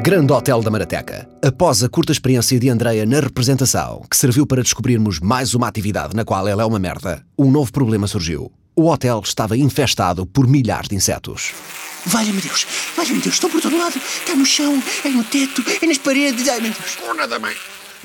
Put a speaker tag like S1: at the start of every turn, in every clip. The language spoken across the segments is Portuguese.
S1: Grande Hotel da Marateca. Após a curta experiência de Andreia na representação, que serviu para descobrirmos mais uma atividade na qual ela é uma merda, um novo problema surgiu. O hotel estava infestado por milhares de insetos.
S2: Valha-me Deus, valha-me Deus, estão por todo lado. Está no chão, é no teto, é nas paredes. Ai, meu Deus.
S3: Cona da mãe!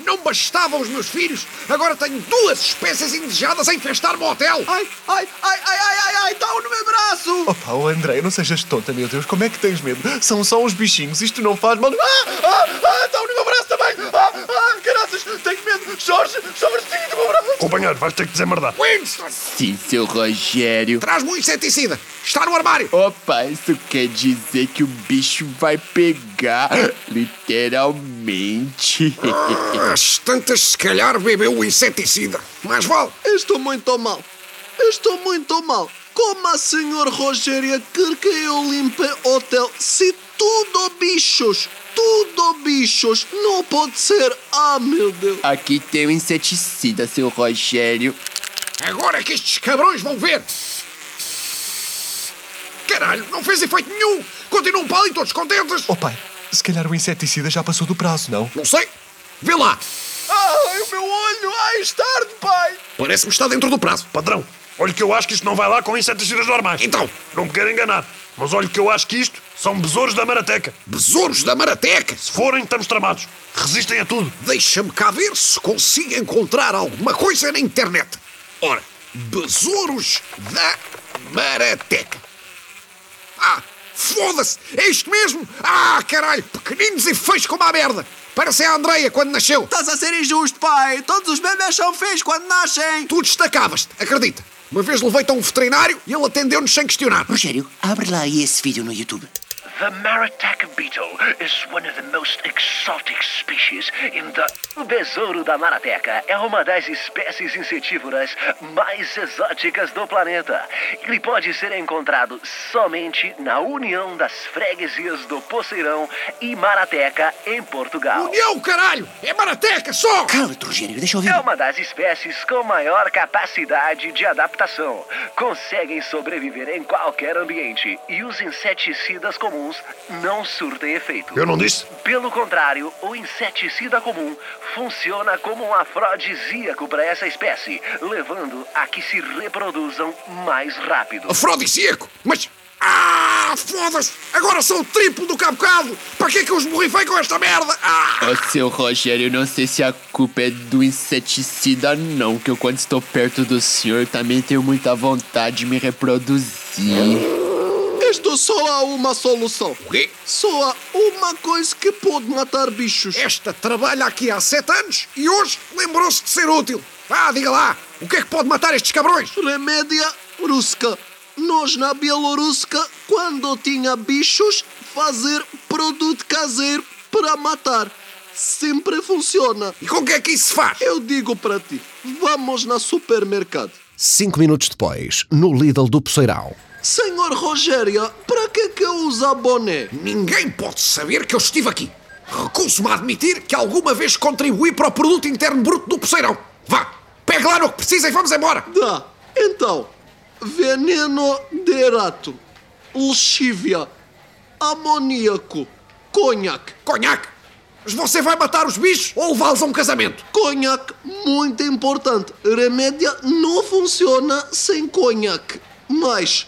S3: Não bastavam os meus filhos, agora tenho duas espécies indesejadas a infestar-me o hotel!
S4: Ai, ai, ai, ai, ai, ai, ai, dá no meu braço!
S5: Opa, oh, André, não sejas tonta, meu Deus, como é que tens medo? São só uns bichinhos, isto não faz mal. Ah, ah, ah, dá no meu braço também! Ah, ah, caraças, tenho medo! Jorge, Jorge, tira do meu braço!
S6: Companheiro, vais ter que desemmerdar.
S3: Winston,
S7: Sim, seu Rogério.
S3: traz-me um inseticida! Está no armário!
S7: Opa, isso quer dizer que o bicho vai pegar, literalmente.
S3: As tantas, se calhar, bebeu o inseticida. Mais vale!
S4: Eu Estou muito mal, Eu estou muito mal. Como a senhor Rogéria quer que eu limpe hotel se tudo bichos, tudo bichos, não pode ser. Ah, meu Deus.
S7: Aqui tem um inseticida, seu Rogério.
S3: Agora é que estes cabrões vão ver! Caralho, não fez efeito nenhum! Continuam para ali todos contentes!
S5: Oh, pai, se calhar o inseticida já passou do prazo, não?
S3: Não sei! Vê lá!
S4: Ai, o meu olho, ai, está tarde, pai.
S3: Parece-me que está dentro do prazo.
S6: Padrão, olha que eu acho que isto não vai lá com inseticidas normais.
S3: Então,
S6: Não me quero enganar, mas olha que eu acho que isto são besouros da Marateca.
S3: besouros da Marateca!
S6: Se forem, estamos tramados. Resistem a tudo.
S3: Deixa-me cá ver se consigo encontrar alguma coisa na internet. Ora, besouros da Marateca. Ah, foda-se! É isto mesmo? Ah, caralho! Pequeninos e feios como a merda! Parecem a Andreia quando nasceu!
S4: Estás a ser injusto, pai. Todos os bebés são feios quando nascem.
S3: Tu destacavas-te, acredita! Uma vez levei-te a um veterinário e ele atendeu-nos sem questionar.
S2: Rogério, abre lá aí esse vídeo no YouTube.
S8: The Marataka beetle is one of the most exotic species in the. O besouro da Marateca é uma das espécies insetívoras mais exóticas do planeta. Ele pode ser encontrado somente na união das freguesias do Poceirão e Marateca, em Portugal.
S3: União, caralho! É Marateca só!
S2: Cala-te, Rogério, deixa eu ouvir.
S8: É uma das espécies com maior capacidade de adaptação. Conseguem sobreviver em qualquer ambiente e os inseticidas comuns não surtem efeito.
S6: Eu não disse?
S8: Pelo contrário, o inseticida comum funciona como um afrodisíaco para essa espécie, levando a que se reproduzam mais rápido.
S3: Afrodisíaco! Mas. Ah, foda-se! Agora sou o triplo do cabo bocado! Para que é que eu os borrifei com esta merda? Ah!
S7: Ô, seu Rogério, não sei se a culpa é do inseticida, não, que eu quando estou perto do senhor também tenho muita vontade de me reproduzir.
S4: Isto só há uma solução.
S3: O quê?
S4: Só há uma coisa que pode matar bichos.
S3: Esta trabalha aqui há sete anos e hoje lembrou-se de ser útil. Ah, diga lá, o que é que pode matar estes cabrões?
S4: Remédia rusca. Nós na Bielorrusca, quando tinha bichos, fazer produto caseiro para matar. Sempre funciona.
S3: E com o que é que isso se faz?
S4: Eu digo para ti, vamos na supermercado.
S1: Cinco minutos depois, no Lidl do Poceirão.
S4: Senhor Rogério, para que é que eu uso boné?
S3: Ninguém pode saber que eu estive aqui. Recuso-me a admitir que alguma vez contribuí para o produto interno bruto do Poceirão. Vá, pegue lá no que precisa e vamos embora.
S4: Dá. Então, veneno de rato, lexívia, amoníaco, conhaque.
S3: Conhaque, mas você vai matar os bichos ou levá-los a um casamento?
S4: Conhaque, muito importante. Remédia não funciona sem conhaque. Mas,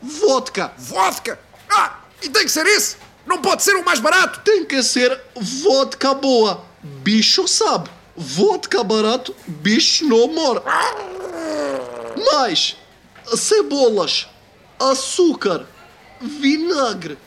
S4: vodka.
S3: Vodka! Ah, e tem que ser esse! Não pode ser o mais barato!
S4: Tem que ser vodka boa. Bicho sabe. Vodka barato, bicho não morre. Mas, cebolas, açúcar, vinagre,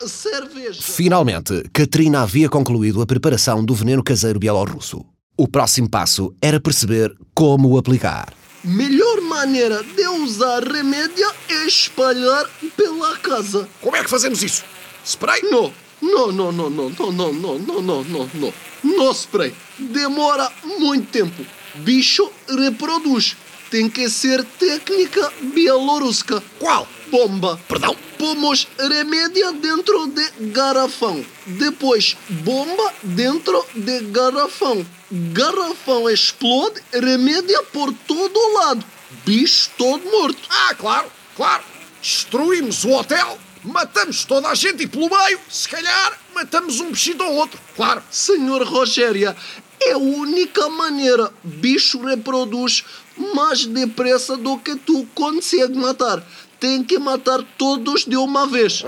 S4: cerveja.
S1: Finalmente, Katrina havia concluído a preparação do veneno caseiro bielorrusso. O próximo passo era perceber como o aplicar.
S4: Melhor maneira de usar remédio é espalhar pela casa.
S3: Como é que fazemos isso? Spray?
S4: Não, não, não, não, não, não, não, não, não, não, não, não. Não spray. Demora muito tempo. Bicho reproduz. Tem que ser técnica bielorrussa.
S3: Qual?
S4: Bomba.
S3: Perdão?
S4: Pomos remédio dentro de garrafão. Depois, bomba dentro de garrafão. Garrafão explode, remédio por todo lado. Bicho todo morto.
S3: Ah, claro, claro. Destruímos o hotel, matamos toda a gente e pelo meio, se calhar, matamos um bichito ao outro. Claro.
S4: Senhor Rogéria, é a única maneira. Bicho reproduz mais depressa do que tu consegue matar. Tem que matar todos de uma vez.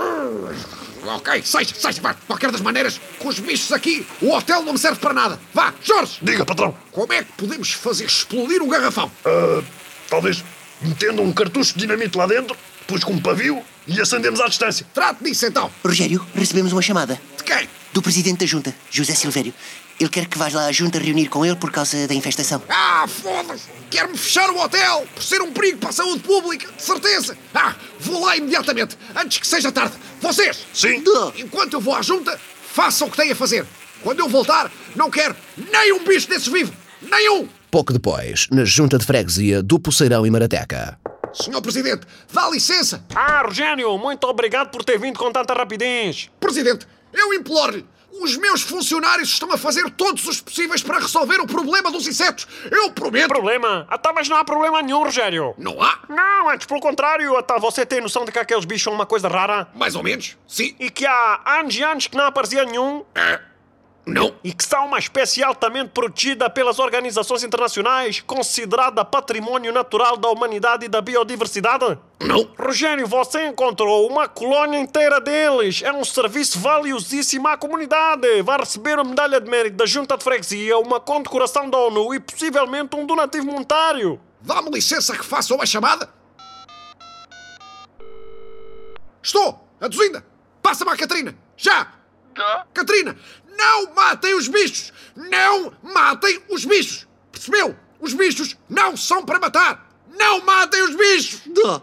S3: Ok, sai, sai, vá. De qualquer das maneiras, com os bichos aqui, o hotel não me serve para nada. Vá, Jorge!
S6: Diga, patrão.
S3: Como é que podemos fazer explodir um garrafão?
S6: Ah, talvez metendo um cartucho de dinamite lá dentro, depois com um pavio e acendemos à distância.
S3: Trate disso então.
S2: Rogério, recebemos uma chamada
S3: De quem?
S2: do presidente da junta, José Silvério. Ele quer que vás lá à junta reunir com ele por causa da infestação.
S3: Ah, foda-se! Quer-me fechar o hotel por ser um perigo para a saúde pública, de certeza! Ah, vou lá imediatamente, antes que seja tarde. Vocês!
S6: Sim.
S3: Enquanto eu vou à junta, façam o que têm a fazer. Quando eu voltar, não quero nem um bicho desses vivo! Nem um!
S1: Pouco depois, na junta de freguesia do Poceirão e Marateca.
S3: Senhor Presidente, dá licença!
S9: Ah, Rogénio, muito obrigado por ter vindo com tanta rapidez.
S3: Presidente, eu imploro-lhe! Os meus funcionários estão a fazer todos os possíveis para resolver o problema dos insetos! Eu prometo!
S9: Problema? Até mas não há problema nenhum, Rogério.
S3: Não há?
S9: Não, antes pelo contrário, até você tem noção de que aqueles bichos são uma coisa rara
S3: Mais ou menos? Sim?
S9: e que há anos e anos que não aparecia nenhum
S3: Ah, não?
S9: e que são uma espécie altamente protegida pelas organizações internacionais, considerada património natural da humanidade e da biodiversidade.
S3: Não?
S9: Rogério, você encontrou uma colônia inteira deles. É um serviço valiosíssimo à comunidade. Vai receber uma medalha de mérito da Junta de Freguesia, uma condecoração da ONU e possivelmente um donativo monetário.
S3: Dá-me licença que faça uma chamada? Estou! A Duzinda! Passa-me a Catarina! Já!
S8: Tá.
S3: Catarina! Não matem os bichos! Não matem os bichos! Percebeu? Os bichos não são para matar! Não matem os bichos!
S4: Dá.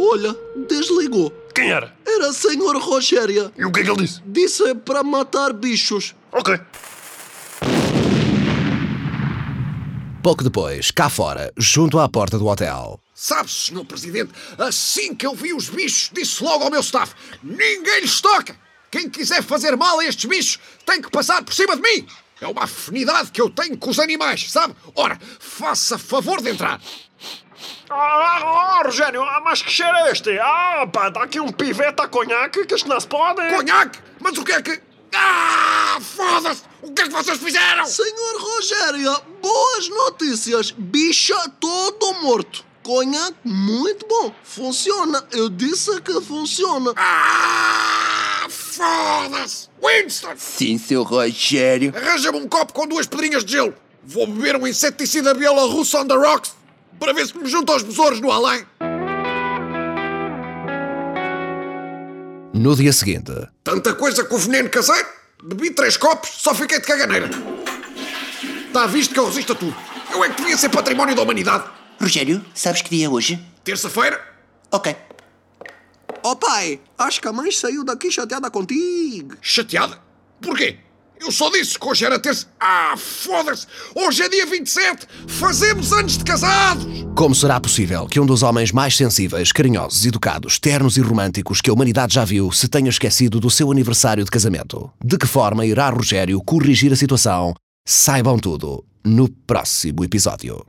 S4: Olha, desligou.
S6: Quem era?
S4: Era senhor Rogéria.
S6: E o que é que ele disse?
S4: Disse para matar bichos.
S6: Ok.
S1: Pouco depois, cá fora, junto à porta do hotel.
S3: Sabe, senhor Presidente, assim que eu vi os bichos, disse logo ao meu staff: ninguém lhes toca! Quem quiser fazer mal a estes bichos tem que passar por cima de mim! É uma afinidade que eu tenho com os animais, sabe? Ora, faça favor de entrar!
S9: Ah, ah, ah, Rogério, ah, mas que cheiro é este? Ah, pá, dá aqui um pivete a conhaque que isto não se pode.
S3: Conhaque? Mas o que é que. Ah, foda-se! O que é que vocês fizeram?
S4: Senhor Rogéria, boas notícias. Bicha todo morto. Conhaque muito bom. Funciona. Eu disse que funciona.
S3: Ah, foda-se! Winston!
S7: Sim, seu Rogério.
S3: Arranja-me um copo com duas pedrinhas de gelo. Vou beber um inseticida bielorrusso on the rocks para ver se me junto aos besouros no além.
S1: No dia seguinte,
S3: Tanta coisa com o veneno caseiro. Bebi três copos, só fiquei de caganeira. Está visto que eu resisto a tudo. Eu é que devia ser património da humanidade.
S2: Rogério, sabes que dia é hoje?
S3: Terça-feira,
S2: Ok.
S4: Ó pai, acho que a mãe saiu daqui chateada contigo.
S3: Chateada? Porquê? Eu só disse que hoje era terça. Ah, foda-se! Hoje é dia 27! Fazemos anos de casados!
S1: como será possível que um dos homens mais sensíveis, carinhosos, educados, ternos e românticos que a humanidade já viu se tenha esquecido do seu aniversário de casamento? De que forma irá Rogério corrigir a situação? Saibam tudo no próximo episódio.